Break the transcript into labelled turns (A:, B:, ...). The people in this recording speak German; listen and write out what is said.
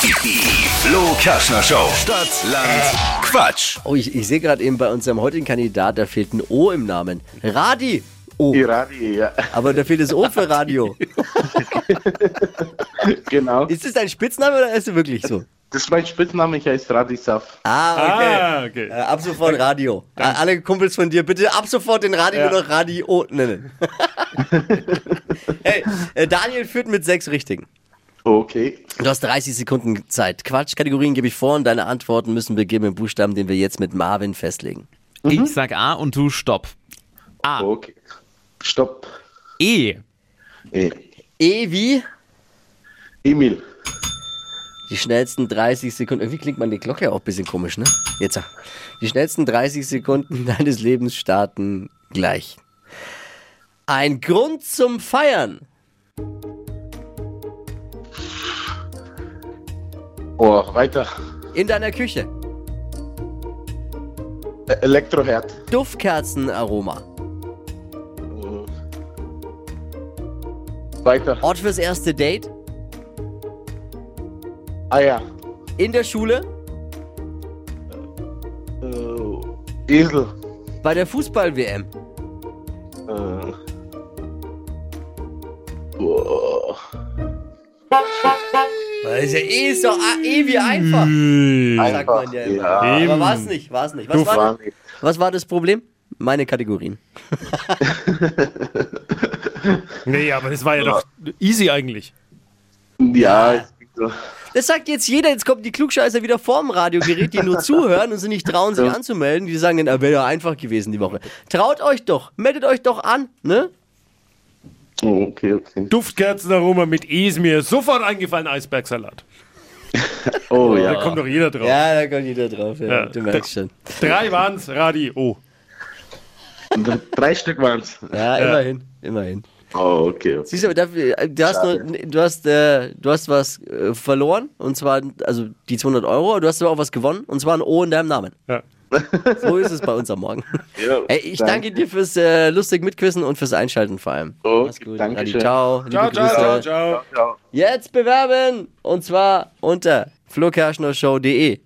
A: Die Flo Kaschner Show. Stadt, Land, Quatsch.
B: Oh, ich, ich sehe gerade eben bei unserem heutigen Kandidat, da fehlt ein O im Namen. Radi. O.
C: Iradi, ja.
B: Aber da fehlt das O für Radio.
C: Genau.
B: Ist das dein Spitzname oder ist es wirklich so?
C: Das ist mein Spitzname, ich heiße Radisaf.
B: Ah, okay.
D: Ah, okay.
B: Äh, ab sofort Radio. Äh, alle Kumpels von dir, bitte ab sofort den Radio nur noch Radio nennen. hey, äh, Daniel führt mit sechs Richtigen.
C: Okay.
B: Du hast 30 Sekunden Zeit. Quatsch, Kategorien gebe ich vor und deine Antworten müssen beginnen mit dem Buchstaben, den wir jetzt mit Marvin festlegen.
D: Ich sag A und du stopp. Ah.
C: Okay. Stopp.
D: E.
C: E.
B: E wie?
C: Emil.
B: Die schnellsten 30 Sekunden. Irgendwie klingt meine Glocke auch ein bisschen komisch, ne? Jetzt. ah. Die schnellsten 30 Sekunden deines Lebens starten gleich. Ein Grund zum Feiern.
C: Oh, weiter.
B: In deiner Küche.
C: E- Elektroherd.
B: Duftkerzenaroma.
C: Oh. Weiter.
B: Ort fürs erste Date.
C: Eier.
B: In der Schule.
C: Äh, Esel.
B: Bei der Fußball-WM.
C: Äh. Oh.
B: Das ist ja eh, ist doch ah, eh wie einfach. Sagt
C: Einfach.
B: man ja immer.
C: Ja.
B: Aber war es nicht, war es nicht. Was
C: Du
B: war,
C: war
B: das,
C: nicht.
B: was war das Problem? Meine Kategorien.
D: Nee, aber das war ja doch easy eigentlich.
C: Ja, es gibt so.
B: Das sagt jetzt jeder, jetzt kommen die Klugscheißer wieder vorm Radiogerät, die nur zuhören und sie nicht trauen, sich anzumelden. Die sagen dann, ah, wäre ja einfach gewesen die Woche. Traut euch doch, meldet euch doch an, ne?
C: Oh, Okay, okay.
D: Duftkerzenaroma mit E ist mir sofort eingefallen, Eisbergsalat.
C: Oh ja.
D: Da kommt doch jeder drauf.
B: Ja, da kommt jeder drauf, ja,
D: Ja.
B: du merkst schon.
D: Drei waren's, Oh. Radio.
C: Drei Stück waren's.
B: Ja, immerhin, immerhin.
C: Oh, okay. okay.
B: Siehst du, aber dafür, äh, du hast, nur, du hast, äh, du hast was äh, verloren, und zwar, also die 200 Euro, aber du hast aber auch was gewonnen, und zwar ein O in deinem Namen.
D: Ja.
B: So ist es bei uns am Morgen.
C: Ja,
B: Hey, ich danke dir fürs äh, lustig mitquissen und fürs Einschalten vor allem.
C: Okay,
B: Mach's gut.
C: danke
B: Adi,
C: schön.
B: Ciao. Liebe
D: Ciao, ciao,
B: Grüße.
D: ciao, ciao.
C: Ciao.
B: Jetzt bewerben! Und zwar unter flokerschnershow.de.